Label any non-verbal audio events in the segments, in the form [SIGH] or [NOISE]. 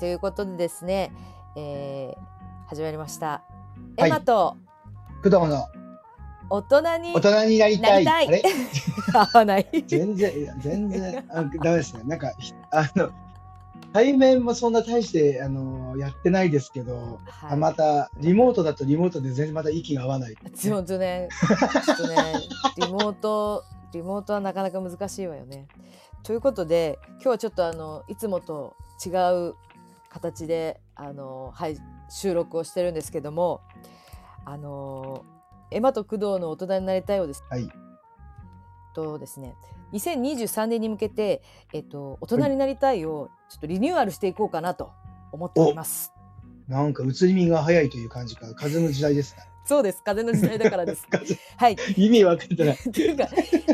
ということでですね、えー始まりました。はいエマと工藤の大人に大人になりたい。なりあたいれ [LAUGHS] 合わない。全然、全然、あダメですね。なんか、ひあの、対面もそんな大して、あの、やってないですけど、はあまた、リモートだとリモートで全然また息が合わない。い、本当ね、ちょっとね、リモート、リモートはなかなか難しいわよね。ということで、今日はちょっとあのいつもと違う形であのはい収録をしてるんですけども、あのエマと工藤の大人になりたいをです。はい。とですね、2023年に向けて、えっと、大人になりたいをちょっとリニューアルしていこうかなと思っております。なんか、移り身が早いという感じか、風の時代ですね。そうです。風の時代だからです。はい。意味分かってない。っていうか、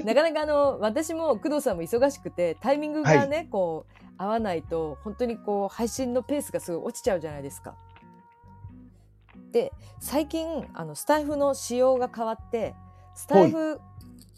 なかなかあの、私も工藤さんも忙しくて、タイミングがね、こう、合わないと、本当にこう、配信のペースがすごい落ちちゃうじゃないですか。で、最近、あの、スタイフの仕様が変わって、スタイフ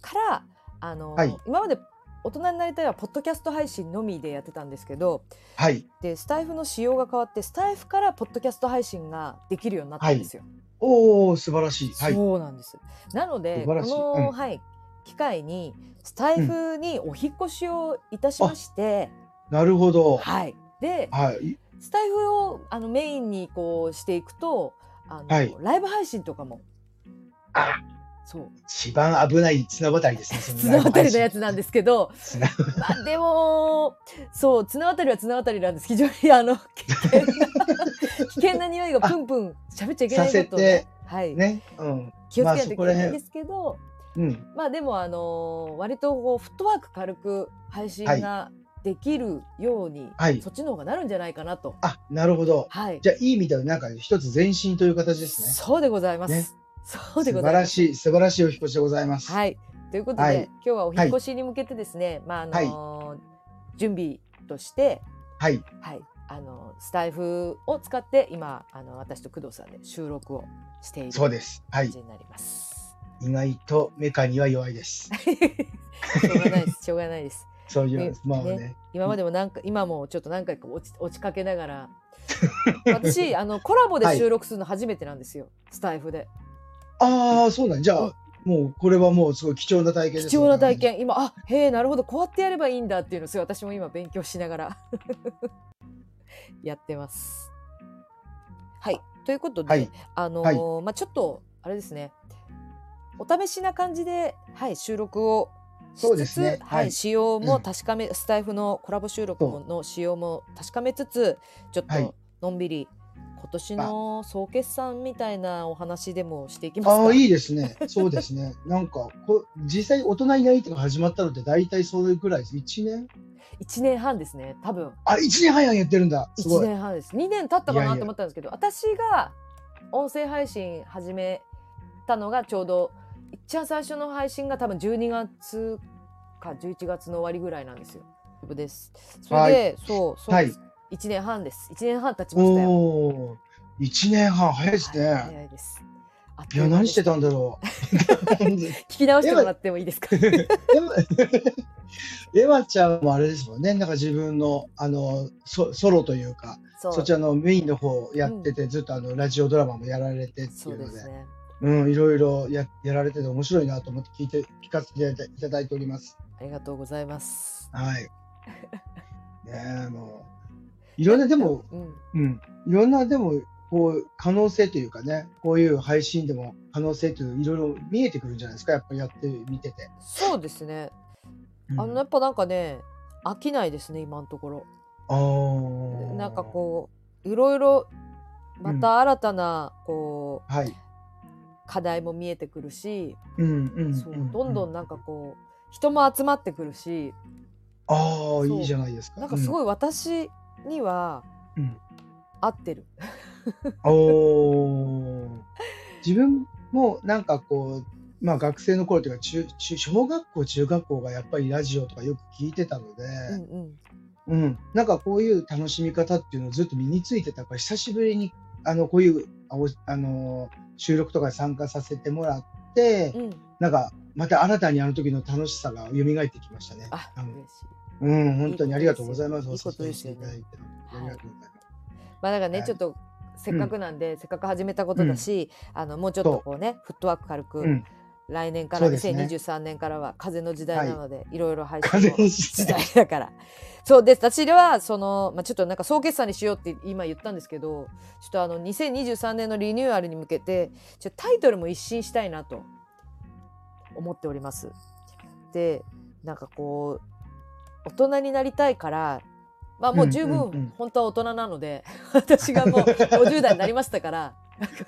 から、あの、はい今まで大人になりたいは、ポッドキャスト配信のみでやってたんですけど、はい。でスタイフの仕様が変わってスタイフからポッドキャスト配信ができるようになったんですよ。おー、素晴らしい。はい。そうなんですなので素こ晴らしいの、うんはい、機会にスタイフにお引っ越しをいたしまして、なるほど。はい、ではい。スタイフをあのメインにこうしていくとあの、はいライブ配信とかもあそう一番危ない綱渡りですね。。綱渡りのやつなんですすけど、 [LAUGHS] 綱まあ、でもそう綱渡りは綱渡りなんです非常にあの危険な [LAUGHS] 危険な匂いがプンプン喋っちゃいけないことをさせてはいね。うん。気をつけないといけまあそこならいん辺ですけど、うん。まあでもあのー割とこうフットワーク軽く配信ができるように、はいそっちの方がなるんじゃないかなと。あ、なるほど。はい。じゃあ、いい意味では、なんか、一つ前進という形ですね。そうでございます。ねそうでござ素晴いまらす。しい、素晴らしいお引越しでございます。はい。ということで、はい今日はお引っ越しに向けてですね、まああのー準備として、はい。はい、あのースタイフを使って今あの私と工藤さんで収録をしているそう感です。はい。じになります。 [LAUGHS] 意外とメカには弱いです。しょうがないです。しょうがないです。そういねう、まあね。ね今までもなんか、今もちょっと何回か落ち落ちかけながら私あのコラボで収録するの初めてなんですよ、スタイフでああ、そうなん。じゃうんあ、もう、これはもう、すごい貴重な体験です。貴重な体。験今あへえなるほどこうやってやればいいんだっていうのをすごい私も今勉強しながらやってますはいということで、はいあのーまあちょっとあれですねお試しな感じで、はい、収録をしつつそうですねはいはい使用もうん確かめ、スタイフのコラボ収録そうの使用も確かめつつちょっはいとのんびり、今年の総決算みたいなお話でもしていきますかああ、いいですね。そうですね。 [LAUGHS] なんか、こ実際、大人になりとか始まったのって、大体それぐらいです。1年1年半ですね多分あ、1年早いやってるんだ。す1ごい。年半です2年経ったかいやいなやと思ったんですけど私が音声配信始めたのがちょうど一番最初の配信が多分12月か11月の終わりぐらいなんですよ。ですそれで、そうそうです、1年半です1年半経ちましたよ。おおー。1年半、早いですはいね。早いですあっというや、間で何ししてたんだろ [LAUGHS] う。 [LAUGHS] 聞き直してもらってもいいですかエマ [LAUGHS] エマちゃんもあれですもんね、なんか自分のあのソソロというか、 [LAUGHS] そそちらのメインの方をやってて、ずっとあのラジオドラマもやられてってそいううでので、すね。うん、いろいろややられてて面白いなと思って聞いて聞かせていただいていただいております。ありがとうございます。 [LAUGHS] はい。ねえ、もういろんなでも、うん、うん、いろんなでもこう可能性というかね、こういう配信でも可能性といういろいろ見えてくるんじゃないですか、やっぱりやってみてて。そうですね。うんあのやっぱなんかね飽きないですね今のところ。あーなんかこういろいろまた新たなこう、はい。課題も見えてくるし、うんうんうん、そうどんどんなんんかこう人も集まってくるしあうあいいじゃないですかなんかすい、ごい私にはうん合ってる、 [LAUGHS] うんおー自分もなんかこうまあ学生の頃というか中中小学校中学校がやっぱりラジオとかよく聞いてたので、うんうん、うんなんかこういう楽しみ方っていうのをずっと身についてたから久しぶりにあのこういうあおあの収録とかに参加させてもらって、うん、なんかまた新たにあの時の楽しさが蘇ってきましたね。ああ嬉のしいうん、本当にありがとうございます。いいことですよお誘いしていただいて。ありがとうございます。まあだからね、はいちょっとせっかくなんで、せっかく始めたことだし、あのもうちょっとこうねフットワーク軽く、うん、来年かそらうですね2023年からは風の時代なので、い、ろいろ配 [LAUGHS] 風信をの時時代代 [LAUGHS] だから。そうです私ではその、まあ、ちょっとなんか総決算にしようって今言ったんですけどちょっとあの2023年のリニューアルに向けてちょタイトルも一新したいなと思っております。でなんかこう大人になりたいからまあもう十うんうんうん分本当は大人なので、 [LAUGHS] 私がもう50代になりましたから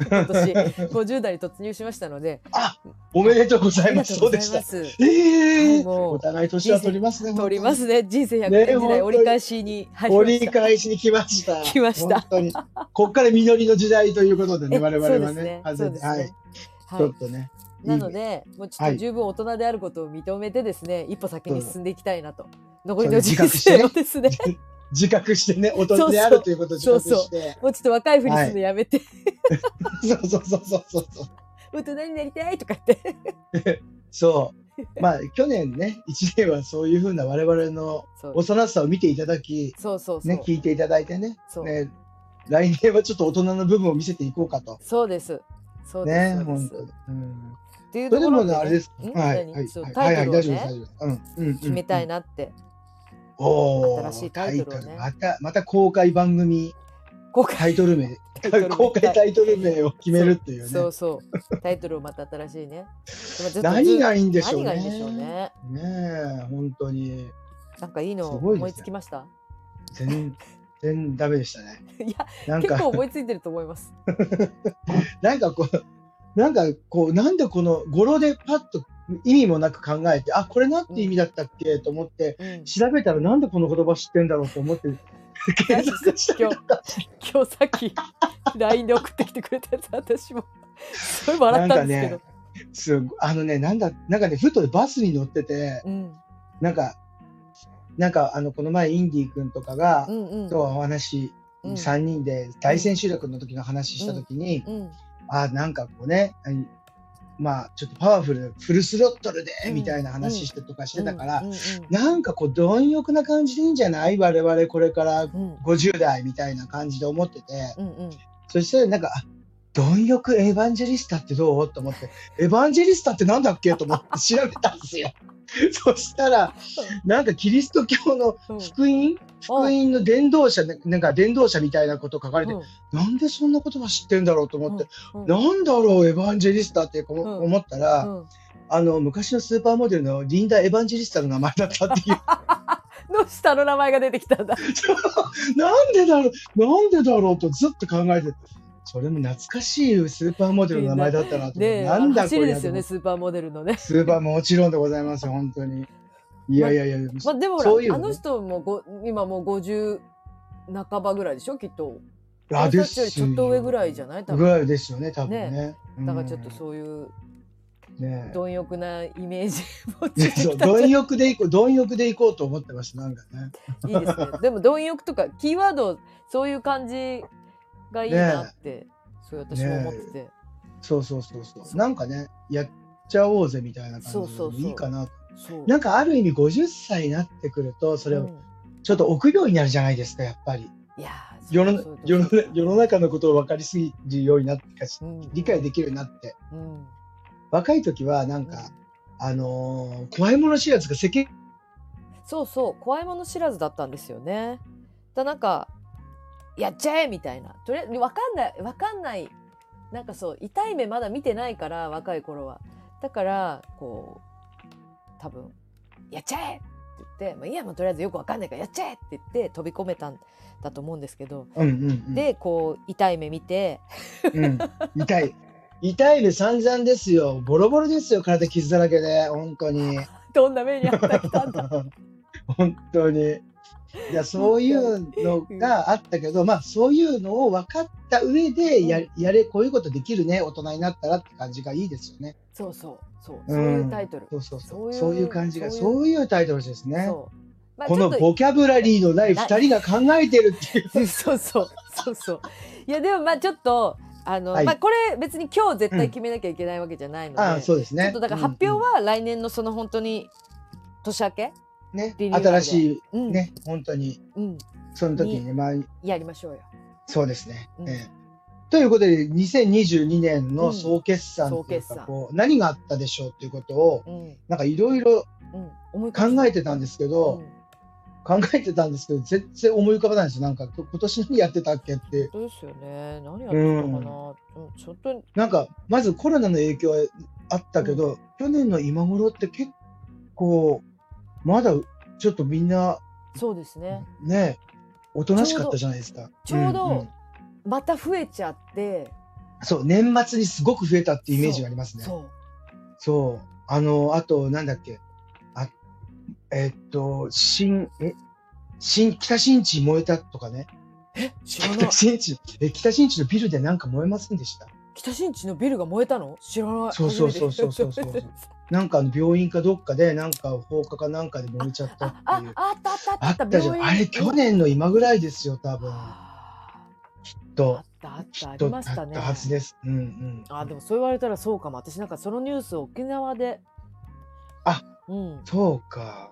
今年50代に突入しましたので [LAUGHS] おめでとうござあいりがまとすうそごうざでいしまたす。ええー、もうお互い年は取りますね通りますねね人生100点時ね代本当に折り返しに入折りりました返しに来ました来ました本当にこっから実りの時代ということでねえ我々はねそ風うですねそうでねはですはい、ちょいっとねなのでもうちょっと十分大人であることを認めてですね一歩先に進んでいきたいなと残りの人生をですね [LAUGHS] 自覚してね大人であるということを自覚してそう [LAUGHS] もうちょっと若いふりするのやめて [LAUGHS] そうそうそうそうそうそう。大人になりたいとか言ってそう。まあ去年ね一年はそういうふうな我々のそう幼さを見ていただき、そうそうそねう聞いていただいてね。そうね来年はちょっと大人の部分を見せていこうかと。そうですそうでねすそうで本す当に。うん。っていうそとれでこもろねであれです。んはいはい何そうはいはタいイはトいルを大丈夫ですね大丈夫です。うんうんうん。決めたいな。なっておお。新しいタイトルをねまたまた公開番組公開タイトル名タイトル名公開タイトル名を決めるっていうそねう。そうタイトルをまた新しいねでもずっとず何がいいんでしょう何がいいね。んでしょうねねえ本当になんかいいのすごいですね思いつきました。全 [LAUGHS] 然ダメでしたね。いや、なん結か構思いついてると思います。なんかこう、なんかこう、なんでこの語呂でパッと意味もなく考えて、あ、これなんて意味だったっけと思って、うん、調べたらなんでこの言葉知ってんだろうと思って、今検索した日、今日さっき LINE で送ってきてくれたやつ、私もすごい笑ったんですけど。すご [LAUGHS] あのね、なんだ、なんかね、ふとバスに乗ってて、うん、なんか、なんかあの、この前インディー君とかがう、ん、うん、とお話、うん3人で大千秋楽の時の話した時に、うん、あなんかこうねうんまあちょっとパワフルフルスロットルでうんみたいな話してとかしてたから、うん、うんなんかこう貪欲な感じでいいんじゃない我々これからうん、 50代みたいな感じで思ってて、うん、うん、そしたらなんかあ貪欲エヴァンジェリスタってどうと思ってエヴァンジェリスタってなんだっけと思って調べたんです [LAUGHS] よ。そしたらなんかキリスト教のうん福音福音の伝道者なんか伝道者みたいなこと書かれて、なんでそんな言葉知ってんだろうと思って、うん、うん、なんだろう、エヴァンジェリスタってこん思ったら、うんあの昔のスーパーモデルのリンダ・エヴァンジェリスタの名前だったっていう、の下の名前が出てきたんだ。なんでだろう、なんでだろうとずっと考えて、それも懐かしいスーパーモデルの名前だったなと思っねて、え、なあのんだこ走りれですよね、スーパーモデルのね。スーパーもちろんでございます、本当に。いやいやいや、まあ、でもほらそういうあののね人もご、今もう50半ばぐらいでしょ、きっと。あ私でたちよりちょっと上ぐらいじゃなない多ぐ分らいですよね、多分ね。だからちょっとそういううんね貪欲なイメージ持えちて [LAUGHS] [LAUGHS] そきうた貪欲でいこう、貪欲でいこうと思ってます、なんかね。いい [LAUGHS] ですねでも貪欲とかキーワードそういう感じがいいなって、そう私も思ってて、そうそうそうそそうう。なんかね、やっちゃおうぜみたいなそ感うそうそうじでいいかな。そうなんかある意味50歳になってくると、それうんをちょっと臆病になるじゃないですか、やっぱり。いやー世のそう世のそう世の中のことを分かりすぎるようになってかしうん理解できるようになって。うん若い時はなんか、あのー怖いもの知らずが世間そうそう怖いもの知らずだったんですよねだなんかやっちゃえみたいなとりあえず分かんない分かんないなんかそう痛い目まだ見てないから若い頃はだからこう多分「やっちゃえ!」って言って「まあ、いいやもうとりあえずよく分かんないからやっちゃえ!」って言って飛び込めたんだと思うんですけど、うんうんうん、でこう痛い目見て [LAUGHS] うん、痛い。痛いで散々ですよ。ボロボロですよ、体傷だらけで、本当に。 [LAUGHS] どんな目にあったきたんだ本当に。いやそういうのがあったけど、まあ、そういうのを分かった上でや、やれ、こういうことできるね、大人になったらって感じがいいですよね。そうそうそううんそういうタイトル、そうそうそう。そそいううういう感じが、そういうそういうタイトルですね。そう、まあこのちょっとボキャブラリーのない2人が考えてるって [LAUGHS] い [LAUGHS] う。そうそうそうそう。いやでもまあちょっとあの、はいまあこれ別に今日絶対決めなきゃいけないわけじゃないので、ああ、そうですね。ちょっとだから発表は来年のその本当に年明け、うんうん、リニューね、アルで新しうい、んね、本当に、うんその時にね、まあ、やりましょうよ。そうですね。うんええということで、2022年の総決算うんという総決か算こう何があったでしょうっていうことを、うんなんかいろいろうん、思い考返すえてたんですけど、うん考えてたんですけど、全然思い浮かばないんですよ。なんか、今年何やってたっけって。そうですよね。何やってたかな。うん、ちょっと、なんか、まずコロナの影響はあったけど、去年の今頃って結構、まだちょっとみんな、そうですね。ね、おとなしかったじゃないですか。ちょうどんんまた増えちゃって。そう、年末にすごく増えたってイメージがありますね。そう。そう。あの、あと、なんだっけ。あ、えっと、新、え、新、北新地燃えたとかね。知らない北。新地、え、北新地のビルでなんか燃えませんでした。北新地のビルが燃えたの。知らない。そうそうそうそうそうそう初めてなんかあの病院かどっかで、なんか放火かなんかで燃えちゃったあ、あっていう、。あったあったああっった。たじゃん。あれ、去年の今ぐらいですよ、多分。あー。あとっ、たあっきた。あっりと、まだっしたねた。はずです。うんうん。あ、でも、そう言われたら、そうかも。私なんか、そのニュース、沖縄で。あ。うん。そうか。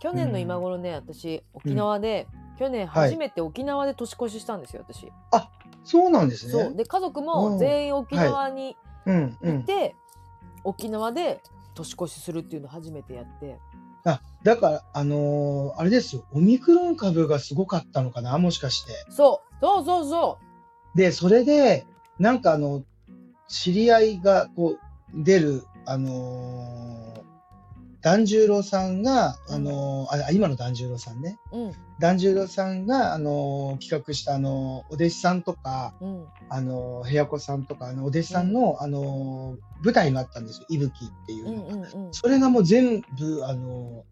去年の今頃ね、私、沖縄で。去年はい初めて沖縄で年越ししたんですよ、私。そうなんですそうね。で家族うもん全員沖縄にうんう行っん。て、沖縄で年越しするっていうのを初めてやってあ、だから、あのーあれですよ。オミクロン株がすごかったのかな、もしかして。そうそうそうそで、それで、なんかあの、知り合いがこう、出る、あのー團十郎さんが、あのーあ、今の團十郎さんね。ううん團十郎さんが、あのー企画した、あのーお弟子さんとか、うんあのー、部屋子さんとか、あの、お弟子さんの、あのー舞台があったんですよ。いぶきっていうう。んうんうんそれがもう全部、あの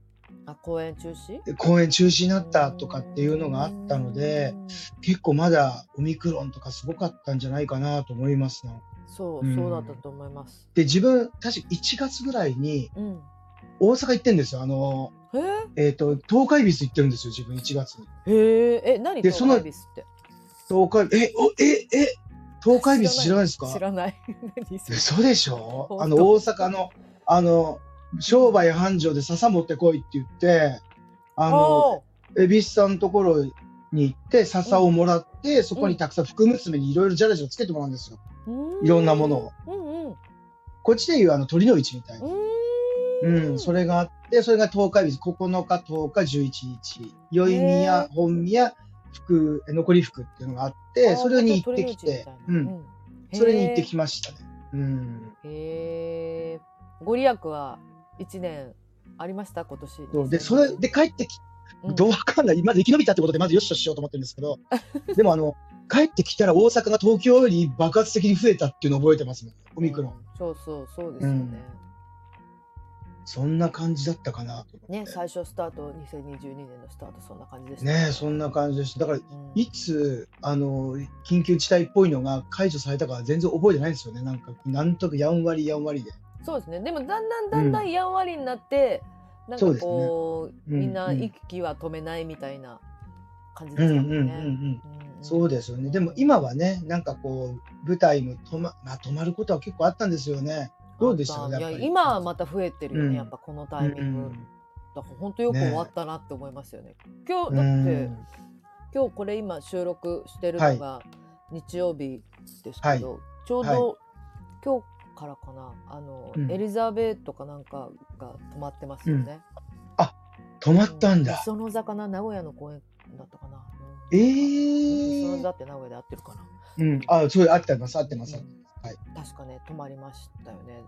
あ公演中止ー公演中止になったとかっていうのがあったのでう、ん結構まだオミクロンとかすごかったんじゃないかなと思いますなそううんそうだったと思いますで、自分、確か1月ぐらいにうん大阪行ってんですよ。あの、へえっ、と、東海ビス行ってるんですよ、自分1月に。えへええ何で東その海ビスって東海、え、おえ、え、東海ビス知らないですか知らない [LAUGHS] 何それ嘘でしょあ本の、当大阪の、あの、商売繁盛で笹持ってこいって言って、あの、おー恵比寿さんのところに行って、笹をもらって、そこにたくさん福娘にいろいろジャラジャラつけてもらうんですよ。ういろんなものを。うんうんこっちでいうあの鳥の市みたいな。うーんうん、それがあって、それが10日日、9日、10日、11日、宵宮、本宮、福、残り福っていうのがあっあて、ーそれに行ってき鳥の市みてたいな、う、うんんそれに行ってへきましたね。うん、えへえご利益は一年ありました今年そうで、それで帰ってき、うんどうわかんない、まず生き延びたってことで、まずよしとしようと思ってるんです [LAUGHS] けど、でもあの、帰ってきたら大阪が東京より爆発的に増えたっていうのを覚えてますね、オミクロン。うんそうそうそうですようねん。そんな感じだったかなと思ねって。最初スタート2022年のスタートそんな感じでしたねそんな感じでした。だから、うんいつあの緊急事態っぽいのが解除されたかは全然覚えてないんですよね、なんか、なんとかやんわりやんわりで。そうですね。でもだんだんだんだんやんわりになって、なんそうかですねこううんみんなうん息は止めないみたいな感じうでんしうたんもうんんね。ううんん。うんそうですよね、でも今はね、なんかこう、舞台も止ま,、まあ、止まることは結構あったんですよね。どうでしたあったいやっぱやり今はまた増えてるよね、うんやっぱこのタイミング、うんだから本当よくね終わったなって思いますよね。今う日だって、ん今日これ今収録してるのが日曜日ですけど、ちょうど、は今日からかなあの、うんエリザベートかなんかが止まってますよね。止まったんだ。その座かな名古屋の公演だったかな。えそのー座って名古屋で合ってるかな。うん、あ、そう、合ってます、合ってます。はい確かね止まりましたよね。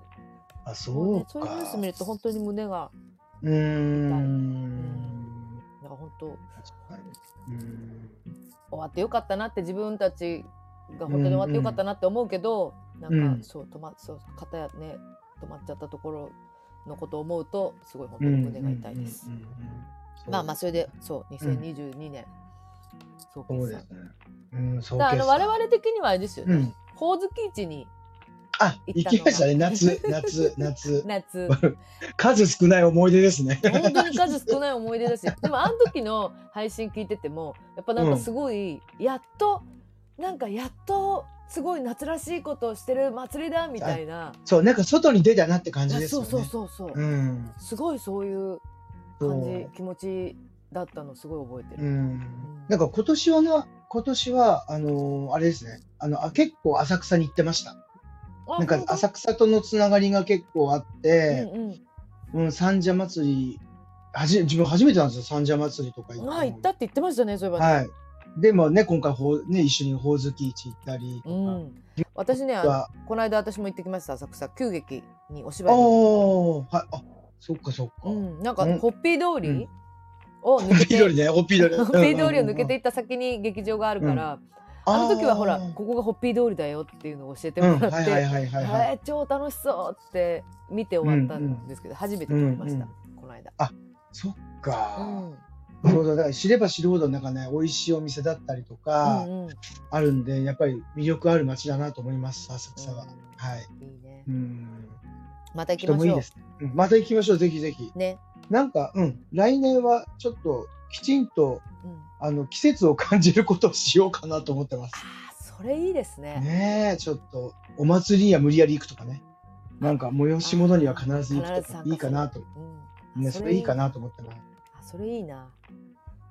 あ、そうそういうニュース見か。ると本当に胸がうーん。なんか本当終うんわってよかったなって自分たちが本当に終わってよかったなって思うけど、なうんんかそう止まそう片やね止まっちゃったところのことを思うとすごい本当に胸が痛いです。うんうんうんうんまあまあそれでそう2022年、そうそう決で算すね。うん、そうだからあの決算我々的にはあれですよね、うんほおずき市にあ、行っ行たのがきましたね。夏、夏、夏。夏数少ない思い出ですね。本当に数少ない思い出だしでもあの時の配信聞いててもやっぱなんかすごい、やっとなんかやっとすごい夏らしいことをしてる祭りだみたいな、そう、なんか外に出たなって感じいでやすよそうね。そうそうそう、うん。すごいそういうそ感じう。気持ちだったのすごい覚えてうる、ん。なんか今年はな、今年は、あのーあれですね、あの、あ結構浅草に行ってました。あなんか本当浅草とのつながりが結構あっうて、んうんうん、三社祭り、はじ、自分初めてなんですよ、三社祭りとか行ったのあ行ったって言ってましたねそういえばね、はい。でもね、今回ほう、ね、一緒にほおずき市行ったりとうかん、私ねあのは、この間私も行ってきました浅草急劇にお芝居に、おー、はい、あ、そっかそっか。うん、なんかうんホッピー通り、うんを抜けて緑ね、ホッピ [LAUGHS] ーホッピー通りを抜けていった先に劇場があるから、あの時はほらここがホッピー通りだよっていうのを教えてうん、もはらいって、はいはいはい、はい。えー超楽しそうって見て終わったんですけど、初めて撮りました、この間。そっか、うんなるほど。だから知れば知るほど、なんかね、美味しいお店だったりとか、うんうんあるんで、やっぱり魅力ある街だなと思います、浅草は。はいい。いねうん。また行き人まもしいいょです。うんまた行きましょう、ぜひぜひ。う。ね、なんか、うん、来年はちょっときちんと、うん、あの、季節を感じることをしようかなと思ってます。あーそれいいですね。ねえ、ちょっと、お祭りには無理やり行くとかね。なんか、催し物には必ず行くと必ずか参加、するいいかなと。うんね、そそれれいいかなと思ってます。あそれいいな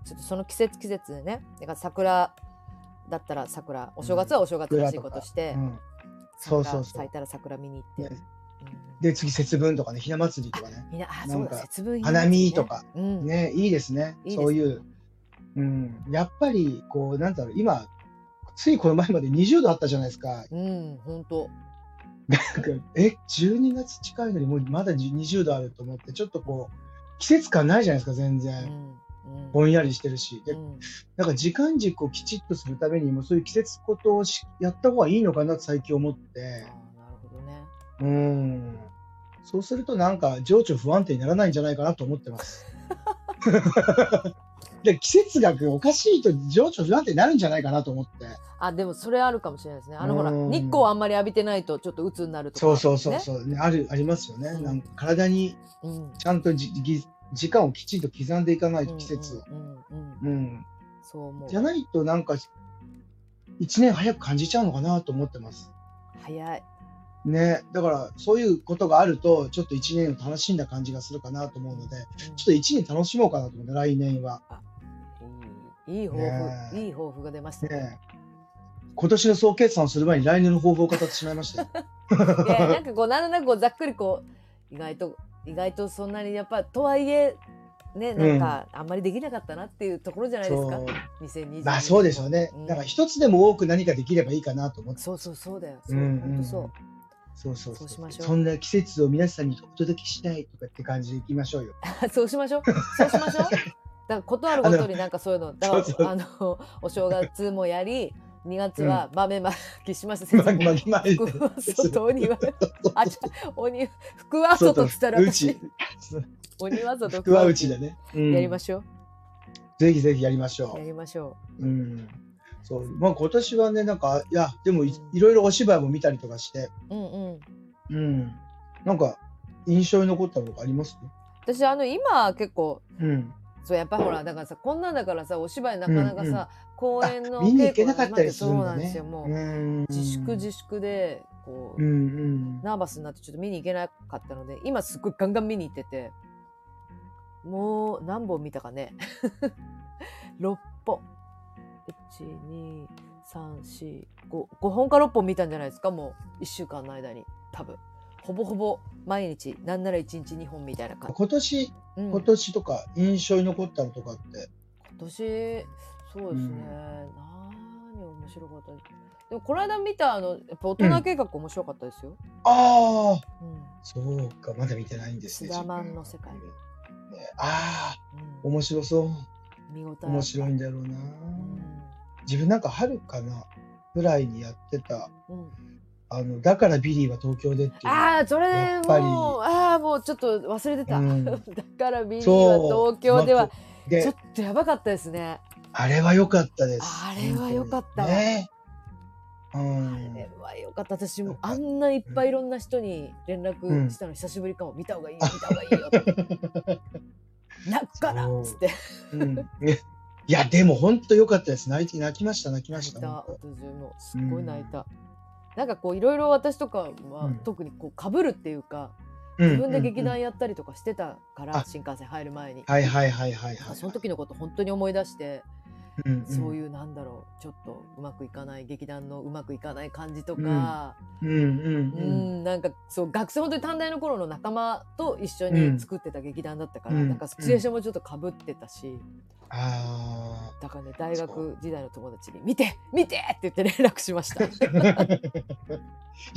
ちょっとその季節季節でねだから桜だったら桜お正月はお正月らしいことして、うん。桜そうそうそう咲いたら桜見に行って、ねうんで、次、節分とかね、ひな祭りとかね。みんなあなそんうかだ節分花見とか、うん、ね、いいですね。いいですねそういう。うん。やっぱり、こう、なんだろう、今、ついこの前まで20度あったじゃないですか。うん本当なんか [LAUGHS] え、12月近いのに、もうまだ20度あると思って、ちょっとこう、季節感ないじゃないですか、全う然。んうんぼんやりしてるし。でうんなんか時間軸をきちっとするためにもそういう季節ことをしやった方がいいのかなって最近思っあーてなるほどねうんそうするとなんか情緒不安定にならないんじゃないかなと思ってます [LAUGHS] で季節がおかしいと情緒不安定になるんじゃないかなと思ってあでもそれあるかもしれないですねあのほらうん日光あんまり浴びてないとちょっと鬱になるとか、そね、うそうそうそう、ね、あるありますよね、うんなんか体にう、ん、ちゃんとじぎ時間をきちんと刻んでいかないと季節を、うんうんうんうんうんそう思うじゃないとなんか一年早く感じちゃうのかなと思ってます早いね、だからそういうことがあるとちょっと1年を楽しんだ感じがするかなと思うのでうんちょっと1年楽しもうかなと思って来年はいいいい抱ね負、えいい抱負が出ましたね。ね今年の総決算をする前に来年の抱負を語ってしまい [LAUGHS] ましたよいやなんかこうなんとなくこうざっくりこう意外と意外とそんなにやっぱとはいえねなんかあんまりできなかったなっていうところじゃないですか。そう2020。まあそうでしょうね、うんだから一つでも多く何かできればいいかなと思ってそうそうそうだよ。うそうんうん本当そう。そうそうそうしましょうんな季節を皆さんにお届けしたいとかって感じでいきま [LAUGHS] しょうよそうしましょう。そうしま [LAUGHS] しょう。だからことあるごとになんかそういうの、だからそうそうあの [LAUGHS] お正月もやり、2月は豆まきしました。先ま [LAUGHS] あ生。まあ福は外お庭。あじゃおに福は外っつったらう私ち。お庭外福はうちだね、うんやりましょう。ぜひぜひやりましょうやりましょうんそう、まあ今年はね、なんか、いや、でもい,、うんろいろお芝居も見たりとかして、う。うんうん。うん、なんか印象に残ったのがあります私あの今結構うん。そうやっぱほらだからさこんなんだからさお芝居なかなかうんうんさ、公演のあ見に行稽け古なかったりするんなだんでね。すよもう、うん自粛自粛でこう、うんうん。ナーバスになってちょっと見に行けなかったので今すっごいガンガン見に行っててもう何本見たかね [LAUGHS] 6本12345本か6本見たんじゃないですかもう1週間の間に多分ほぼほぼ毎日なんなら1日2本みたいな感じ、今年、うん今年とか印象に残ったのとかって、今年そうですね、何うん面白かったでもこの間見たあのやっぱ大人計画面白かったですよ、ああ、うんそうか、まだ見てないんですね。菅田マンの世界ねああ、うん面白そう。見応えあった面白いんだろうな。うん自分なんか春かなぐらいにやってた、うんあの、だからビリーは東京でっていう。ああそれやっぱりもうああもうちょっと忘れてた、う [LAUGHS] んだからビリーそはう東京では。でちょっとやばかったですねあれは良かったです。あれは良かったわね。うあれん。はよかった私よもかったあんないっぱいいろんな人に連絡したの久しぶりかも、見た方がいいよ見た方がいいよ泣くからそうっつってうんねいや、でも本当良かったです。泣いて泣きました、泣きま泣しいた。た本私もすっごい泣いた、なんかこういろいろ私とかは、うん特にこうかぶるっていうか当自分で劇。うんうんうん団やったりとかしてたから、あ新幹線入る前に、はいはいはいはいなんかはい。その時のこと本当に思い出してうんうんそういうなんだろうちょっとうまくいかない劇団のうまくいかない感じとか、うんうんううんん、なんかそう学生本当に短大の頃の仲間と一緒うんに作ってた劇団だったから、うんなんかシチュエーションもちょっとかぶってたし、あだからね大そ学時代の友達に「見て見て!」って言って連絡しましたーい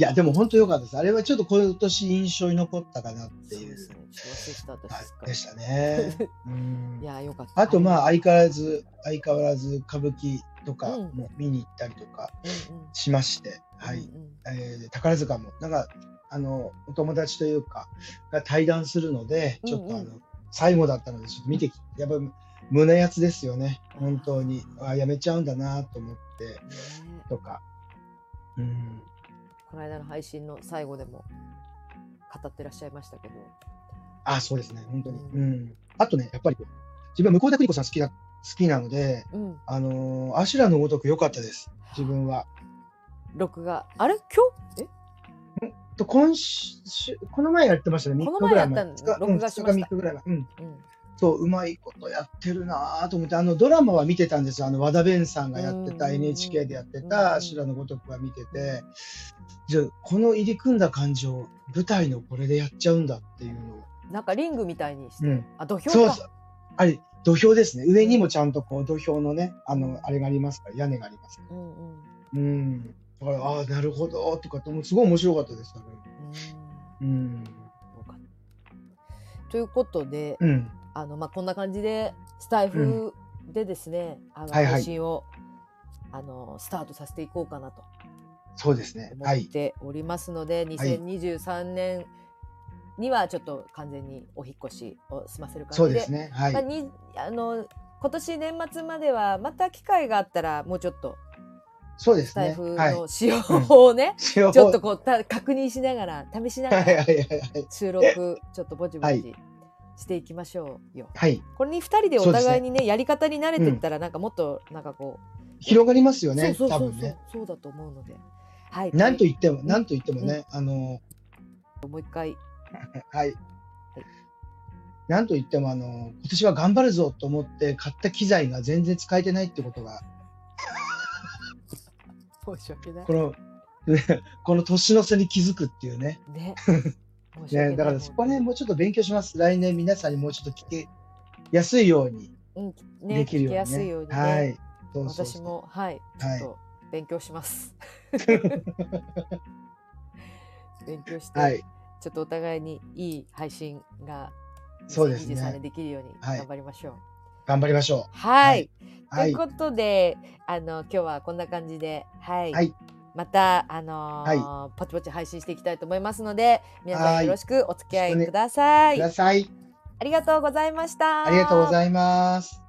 やでも本当良かったですあれはちょっと今年印象に残ったかなってそういでうすねちょっと忘れてた私すっかでりしたね、うんいやーよかったあとまあ相変わらず相変わらず歌舞伎とかうんも見に行ったりとかうんうんしまして、はい、うんうんえー宝塚もなんかあのお友達というかが対談するのでちょっとあうの、んう最後だったのでちょっと見てきやっぱ胸やつですよね本当にあやめちゃうんだなと思ってねえとか、うん、この間の配信の最後でも語ってらっしゃいましたけどあそうですね本当に、ううんんあとねやっぱり自分は向田邦子さん好きだ好きなのでうんあのーアシュラのごとく良かったです自分は。録画あれ今日えと今週この前やってましたねこ3の日前ぐらいや前ったの録画しました2日3日ぐらい前、うん、うんそううまいことやってるなぁと思ってあのドラマは見てたんですよあの和田弁さんがやってうたん NHK でやってうた「ん白のごとく」は見ててじゃあこの入り組んだ感じを舞台のこれでやっちゃうんだっていうのをなんかリングみたいにして、うんあ土俵かそうそうあれ土俵ですね上にもちゃんとこう土俵のねあのあれがありますから屋根がありますうんうんうんうんだからああなるほどとかってもうすごい面白かったですあれうんよかったということで、うんあのまあ、こんな感じでスタイフでですね、あのはいはい配信を、あのスタートさせていこうかなとそうですね思はっいておりますので、はい2023年にはちょっと完全にお引っ越しを済ませるそ感うじでで。すねはいまあ、にあの今年年末まではまた機会があったらもうちょっとそうでスすタイねフはいの使用をね、ちょちょっとこうた確認しながら試しなはいがはいはらいはい。収録ちょっとぼちぼはちいしていきましょうよ。はい。これに2人でお互いにねやり方に慣れてったらなんかもっとなんかこ広がりますう、よね、そうそう多そう分そう、ね。そうだと思うので、はい、なんとも言っても、なんと言ってもね、あの、う一回はい。なんと言っても、あの、今年は頑張るぞと思って買った機材が全然使えてないってことが、申し訳ないこの、 [LAUGHS] この年の瀬に気づくっていうね。ね申し訳ないねだからそこね、もうちょっと勉強します。来年皆さんにもうちょっと聞けやすいようにうんねできる聞きよやうにすいね。ようにね、はい。そうそう私そう。もはいちょはっいと勉強し [LAUGHS] ます、勉強して、はい。ちょっとお互いにいい配信がそうですね2023年できるようにはい頑張りましょう頑張りましょはい、はいう。はとい。いうことで、あの今日はこんな感じで、はい、はいまたあのーポチポチ配信していきたいと思いますので、皆さはんいよろしくお付き合いくださくい。ださい。ありがとうございました。ありがとうございます。